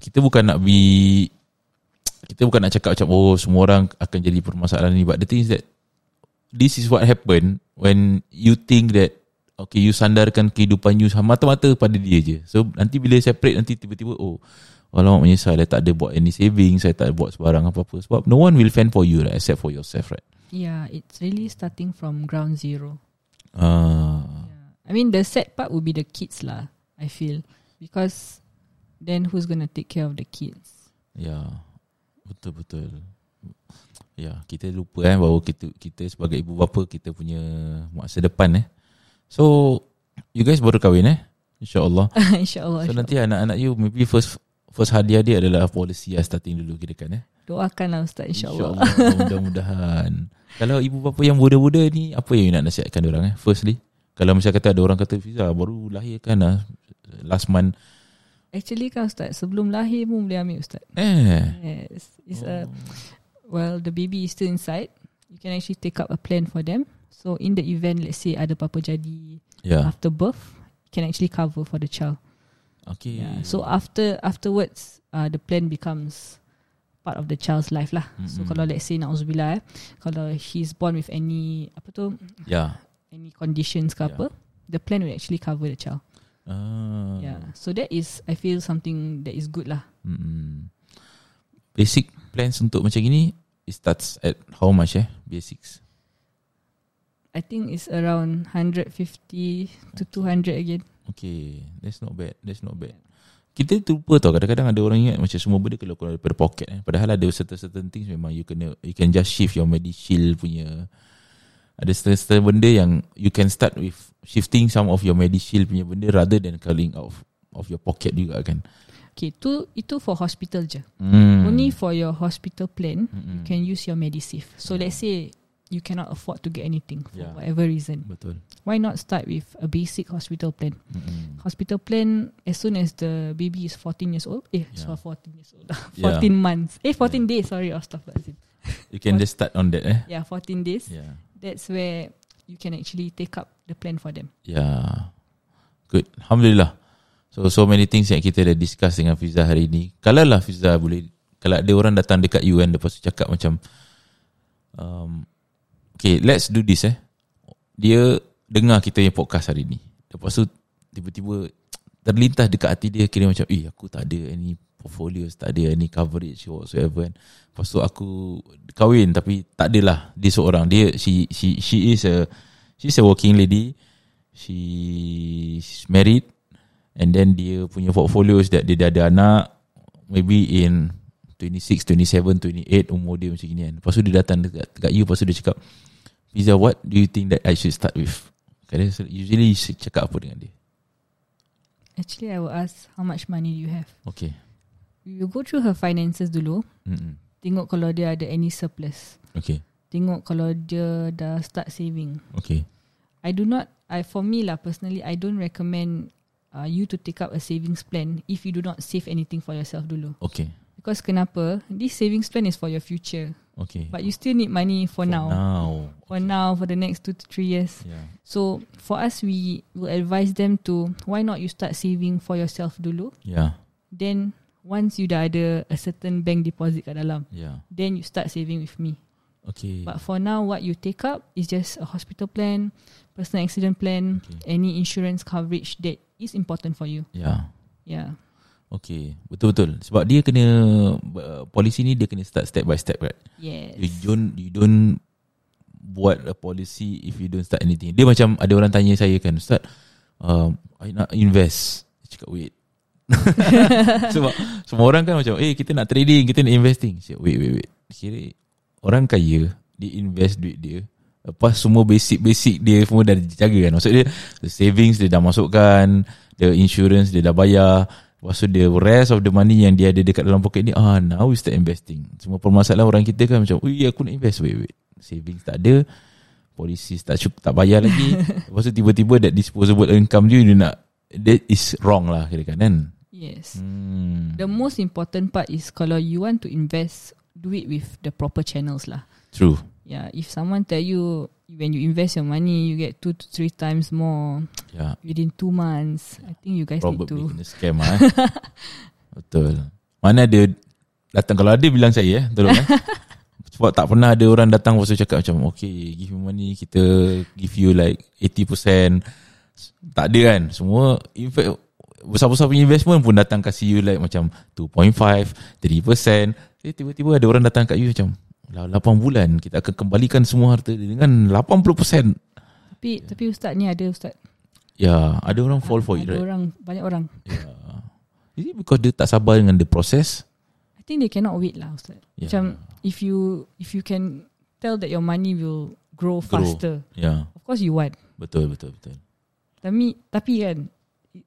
[SPEAKER 1] kita bukan nak be kita bukan nak cakap macam oh semua orang akan jadi permasalahan ni but the thing is that this is what happen when you think that okay you sandarkan kehidupan you sama mata-mata pada dia je so nanti bila separate nanti tiba-tiba oh Alamak menyesal Saya tak ada buat any saving Saya tak ada buat sebarang apa-apa Sebab no one will fend for you right, Except for yourself right
[SPEAKER 2] ya, it's really starting from ground zero. Ya.
[SPEAKER 1] uh,
[SPEAKER 2] I mean the sad part would be the kids lah, I feel. Because then who's going to take care of the kids?
[SPEAKER 1] Ya Betul-betul Ya Kita lupa eh Bahawa kita kita sebagai ibu bapa Kita punya masa depan eh So You guys baru kahwin eh InsyaAllah
[SPEAKER 2] Oh, InsyaAllah.
[SPEAKER 1] So
[SPEAKER 2] insya
[SPEAKER 1] nanti anak-anak you Maybe first First hadiah dia adalah Policy lah starting dulu Kira kan eh
[SPEAKER 2] Doakanlah lah, Ustaz insyaAllah.
[SPEAKER 1] InsyaAllah Oh, Mudah-mudahan Kalau ibu bapa yang muda-muda ni Apa yang you nak nasihatkan orang eh Firstly Kalau misalnya kata ada orang kata Fiza baru lahirkan lah Last month
[SPEAKER 2] Actually kan Ustaz, sebelum lahir pun boleh ambil Ustaz.
[SPEAKER 1] Eh Oh.
[SPEAKER 2] Yes. It's a well the baby is still inside. You can actually take up a plan for them. So in the event let's say ada apa-apa jadi
[SPEAKER 1] Ya
[SPEAKER 2] after birth, you can actually cover for the child.
[SPEAKER 1] Okay
[SPEAKER 2] Yeah. So after afterwards uh, the plan becomes part of the child's life lah. Mm-hmm. So
[SPEAKER 1] Mm-mm.
[SPEAKER 2] kalau let's say nauzubillah eh, kalau he's born with any apa tu
[SPEAKER 1] Ya
[SPEAKER 2] any conditions
[SPEAKER 1] Yeah.
[SPEAKER 2] ke apa, the plan will actually cover the child.
[SPEAKER 1] Ah.
[SPEAKER 2] Yeah. So that is I feel something that is good lah.
[SPEAKER 1] Mm-mm. Basic plans untuk macam ini It starts at how much eh Basics
[SPEAKER 2] I think it's around 150 to 200 again.
[SPEAKER 1] Okay That's not bad That's not bad Kita terlupa tau Kadang-kadang ada orang ingat Macam semua benda Kalau keluar daripada pocket eh. Padahal ada certain-certain things Memang you kena You can just shift your medishield punya Ada certain-certain benda yang you can start with shifting some of your medishield punya benda rather than calling out of, of your pocket juga kan.
[SPEAKER 2] Okay, tu itu for hospital je.
[SPEAKER 1] Hmm.
[SPEAKER 2] Only for your hospital plan, you can use your MediSave. So let's say you cannot afford to get anything for
[SPEAKER 1] Yeah.
[SPEAKER 2] whatever reason.
[SPEAKER 1] Betul.
[SPEAKER 2] Why not start with a basic hospital plan?
[SPEAKER 1] Mm-mm.
[SPEAKER 2] Hospital plan as soon as the baby is 14 years old. Eh,
[SPEAKER 1] Yeah.
[SPEAKER 2] so 14 years old. 14
[SPEAKER 1] Yeah.
[SPEAKER 2] months. Eh, 14 days. Sorry, Astaghfirullahaladzim.
[SPEAKER 1] You can just start on that eh.
[SPEAKER 2] Yeah, 14 days.
[SPEAKER 1] Yeah.
[SPEAKER 2] That's where you can actually take up the plan for them.
[SPEAKER 1] Yeah. Ya. Good. Alhamdulillah. So so many things yang kita dah discuss dengan Fiza hari ini. Kalau lah Fiza boleh kalau ada orang datang dekat you kan lepas tu cakap macam um, okay let's do this eh. Dia dengar kita punya podcast hari ni. Lepas tu tiba-tiba terlintas dekat hati dia kira macam eh aku tak ada any portfolio tak ada any coverage or whatsoever kan. Lepas tu aku kahwin tapi tak adalah dia seorang dia she she she is a she's a working lady she's married and then dia punya portfolio is that dia dah ada anak maybe in 26, 27, 28 umur dia macam gini kan. Lepas tu dia datang dekat, dekat you lepas tu dia cakap Pizza what do you think that I should start with? Kadang usually you should cakap apa dengan dia?
[SPEAKER 2] Actually, I will ask how much money you have.
[SPEAKER 1] Okay.
[SPEAKER 2] We will go through her finances dulu.
[SPEAKER 1] Mm-mm.
[SPEAKER 2] Tengok kalau dia ada any surplus.
[SPEAKER 1] Okay.
[SPEAKER 2] Tengok kalau dia dah start saving.
[SPEAKER 1] Okay.
[SPEAKER 2] I do not I for me lah personally I don't recommend uh, you to take up a savings plan if you do not save anything for yourself dulu.
[SPEAKER 1] Okay.
[SPEAKER 2] Because kenapa? This savings plan is for your future,
[SPEAKER 1] Okay.
[SPEAKER 2] but you still need money for, now.
[SPEAKER 1] Now.
[SPEAKER 2] For now, for the next two to three years.
[SPEAKER 1] Yeah.
[SPEAKER 2] So for us, we will advise them to why not you start saving for yourself dulu.
[SPEAKER 1] Yeah.
[SPEAKER 2] Then once you dah ada a certain bank deposit kat dalam,
[SPEAKER 1] Yeah.
[SPEAKER 2] then you start saving with me.
[SPEAKER 1] Okay.
[SPEAKER 2] But for now, what you take up is just a hospital plan, personal accident plan,
[SPEAKER 1] Okay.
[SPEAKER 2] any insurance coverage that is important for you.
[SPEAKER 1] Yeah.
[SPEAKER 2] Yeah.
[SPEAKER 1] Okay. Betul-betul. Sebab dia kena uh, polisi ni dia kena start step by step right?
[SPEAKER 2] Yes.
[SPEAKER 1] you don't you don't buat a policy if you don't start anything. Dia macam ada orang tanya saya kan, Ustaz, um, I nak invest. Saya cakap wait. Sebab semua orang kan macam, eh kita nak trading, kita nak investing. Saya cakap, wait, wait, wait. Kira orang kaya, dia invest duit dia. Lepas semua basic-basic dia semua dah dijaga kan. Maksud dia, the savings dia dah masukkan, the insurance dia dah bayar. Lepas tu the rest of the money yang dia ada dekat dalam poket ni, ah now we start investing. Semua permasalahan orang kita kan macam, ui aku nak invest, wait, wait. Savings tak ada, polisi tak cukup, tak bayar lagi. Lepas tu tiba-tiba that disposable income dia, dia nak, that is wrong lah kira kan kan.
[SPEAKER 2] Yes.
[SPEAKER 1] Hmm,
[SPEAKER 2] The most important part is kalau you want to invest, do it with the proper channels lah.
[SPEAKER 1] true.
[SPEAKER 2] Yeah. If someone tell you when you invest your money, you get two to three times more
[SPEAKER 1] Yeah.
[SPEAKER 2] within two months. I think you guys
[SPEAKER 1] Probably
[SPEAKER 2] need to.
[SPEAKER 1] kena scam lah eh. Betul Mana ada Datang Kalau ada bilang saya eh Tolong eh Sebab tak pernah ada orang datang Lepas tu cakap macam Okay give me money Kita give you like 80% Tak ada kan Semua In fact Besar-besar punya investment pun Datang kasih you like Macam 2.5 3% Jadi tiba-tiba ada orang datang kat you Macam "Lah, 8 bulan Kita akan kembalikan semua harta dia Dengan 80%
[SPEAKER 2] Tapi tapi ustaz ni ada ustaz.
[SPEAKER 1] Ya Ada orang fall for it
[SPEAKER 2] ada
[SPEAKER 1] right
[SPEAKER 2] orang banyak orang.
[SPEAKER 1] Is it because dia tak sabar dengan the process? Ya.
[SPEAKER 2] I think they cannot wait lah ustaz.
[SPEAKER 1] Yeah.
[SPEAKER 2] Macam if you if you can tell that your money will grow,
[SPEAKER 1] Grow.
[SPEAKER 2] faster.
[SPEAKER 1] Ya,
[SPEAKER 2] Of course you want.
[SPEAKER 1] betul betul betul.
[SPEAKER 2] Tapi tapi kan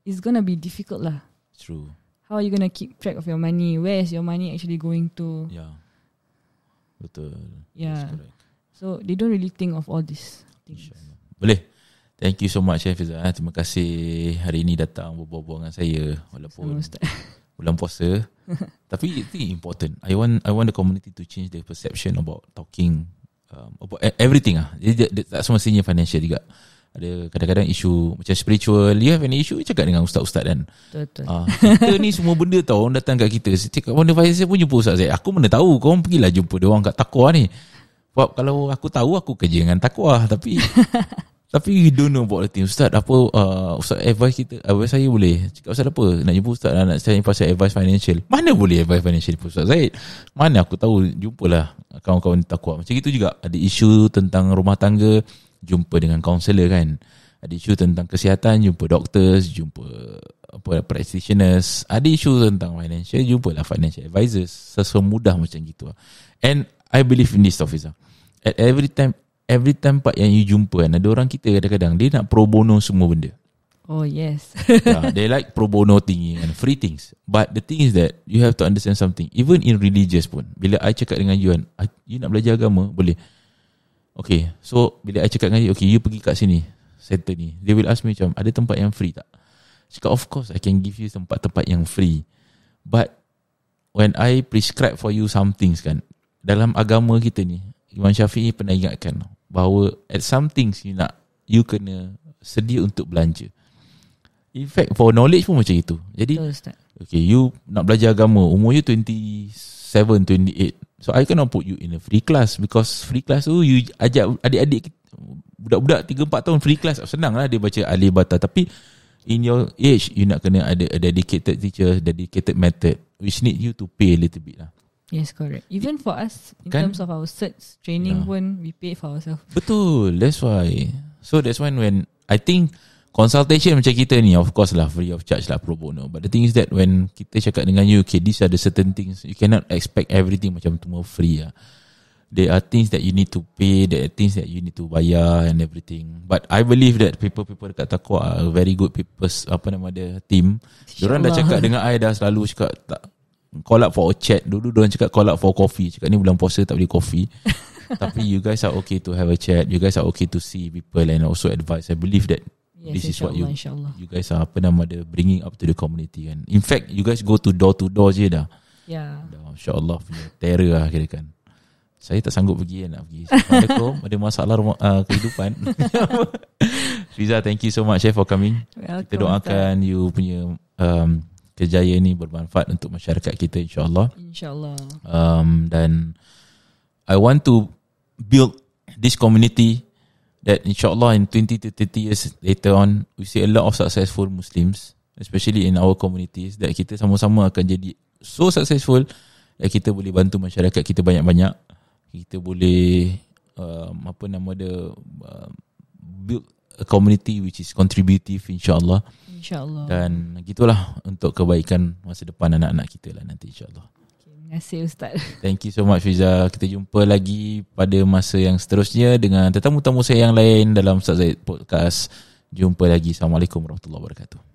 [SPEAKER 2] it's gonna be difficult lah.
[SPEAKER 1] True.
[SPEAKER 2] How are you gonna keep track of your money? Where is your money actually going to?
[SPEAKER 1] Ya. Betul.
[SPEAKER 2] Yeah.
[SPEAKER 1] That's correct.
[SPEAKER 2] So they don't really Ya, think of all these things.
[SPEAKER 1] InsyaAllah. Boleh. Thank you so much Chef Izzah. Terima kasih hari ini datang berbual-bual dengan saya
[SPEAKER 2] Sama
[SPEAKER 1] walaupun
[SPEAKER 2] Ustaz.
[SPEAKER 1] bulan puasa. Tapi it is important. I want I want the community to change their perception about talking um, about e- everything ah. Jadi dia- dia tak semestinya financial juga. Ada kadang-kadang isu macam spiritual. You have any issue cakap dengan ustaz-ustaz kan.
[SPEAKER 2] Betul betul.
[SPEAKER 1] Ah, kita ni semua benda tau orang datang kat kita. Saya Cakap mana Faizal pun jumpa Ustaz Zaid. Aku mana tahu kau orang pergilah jumpa dia orang kat Takwa ni. Sebab kalau aku tahu aku kerja dengan Takwa tapi tapi you don't know about the thing. Ustaz apa uh, Ustaz advice kita advice saya boleh. Cakap pasal apa? Nak jumpa Ustaz lah, nak tanya pasal advice financial. Mana boleh advice financial pun Ustaz Zaid? Mana aku tahu jumpalah kawan-kawan di Takwa. Macam itu juga ada isu tentang rumah tangga jumpa dengan kaunselor kan. Ada isu tentang kesihatan, jumpa doctors, jumpa apa practitioners ada isu tentang financial jumpalah financial lah. advisors sesemudah macam gitu lah. and I believe in this Hafiza at every time every time part yang you jumpa kan, ada orang kita kadang-kadang dia nak pro bono semua benda.
[SPEAKER 2] Oh yes.
[SPEAKER 1] yeah, they like pro bono thingy and free things. But the thing is that you have to understand something. Even in religious pun, bila I cakap dengan you kan, I, you nak belajar agama, boleh. Okay, so bila I cakap dengan you, okay, you pergi kat sini, center ni. They will ask me macam, ada tempat yang free tak? Cakap, of course, I can give you tempat-tempat yang free. But, when I prescribe for you some things kan, dalam agama kita ni, Imam Syafi'i pernah ingatkan bahawa at some things you nak, you kena sedia untuk belanja. In fact, for knowledge pun macam itu. Jadi,
[SPEAKER 2] Betul Ustaz.
[SPEAKER 1] Okay, you nak belajar agama, umur you 27, 28. So I cannot put you in a free class because free class tu you ajak adik-adik ki- budak-budak 3 4 tahun free class senang lah dia baca alih bata tapi in your age you nak kena ada a dedicated teacher, dedicated method which need you to pay a little bit lah.
[SPEAKER 2] Yes, correct. Even for us, in
[SPEAKER 1] Kan?
[SPEAKER 2] terms of our certs,
[SPEAKER 1] Yeah.
[SPEAKER 2] training pun, we pay for ourselves.
[SPEAKER 1] Betul, that's why. So that's when when I think consultation macam kita ni of course lah free of charge lah pro bono. But the thing is that when kita cakap dengan you, okay, these are the certain things you cannot expect everything macam semua free lah. There are things that you need to pay, there are things that you need to bayar and everything. But I believe that people-people dekat Takwa are very good people, apa nama dia, team. Diorang dah
[SPEAKER 2] InsyaAllah.
[SPEAKER 1] cakap dengan I dah selalu cakap tak call up for a chat. Dulu diorang cakap call up for coffee. Cakap ni bulan puasa tak beli coffee. Tapi you guys are okay to have a chat. You guys are okay to see people and also advice. I believe that
[SPEAKER 2] Yes,
[SPEAKER 1] This is what
[SPEAKER 2] insyaAllah, insyaAllah.
[SPEAKER 1] you guys are apa nama dia bringing up to the community kan. In fact, you guys go to door to door je dah.
[SPEAKER 2] Yeah.
[SPEAKER 1] Dah insya-Allah punya terror lah kira kan. Saya tak sanggup pergi kan, nak pergi. Assalamualaikum. ada masalah rumah uh, kehidupan. Fiza, thank you so much eh for coming.
[SPEAKER 2] Welcome,
[SPEAKER 1] Kita doakan you punya um, kejayaan ni bermanfaat untuk masyarakat kita insyaAllah.
[SPEAKER 2] Ustaz. InsyaAllah.
[SPEAKER 1] Um, dan I want to build this community that insyaAllah in 20 to 30 years later on, we see a lot of successful Muslims, especially in our communities, that kita sama-sama akan jadi so successful that kita boleh bantu masyarakat kita banyak-banyak. Kita boleh um, apa nama dia um, build a community which is contributive insyaAllah.
[SPEAKER 2] InsyaAllah.
[SPEAKER 1] Dan gitulah untuk kebaikan masa depan anak-anak kita lah nanti insyaAllah.
[SPEAKER 2] Terima kasih Ustaz.
[SPEAKER 1] Thank you so much Fiza. Kita jumpa lagi pada masa yang seterusnya dengan tetamu-tamu saya yang lain dalam Ustaz Zaid Podcast. Jumpa lagi. Assalamualaikum warahmatullahi wabarakatuh.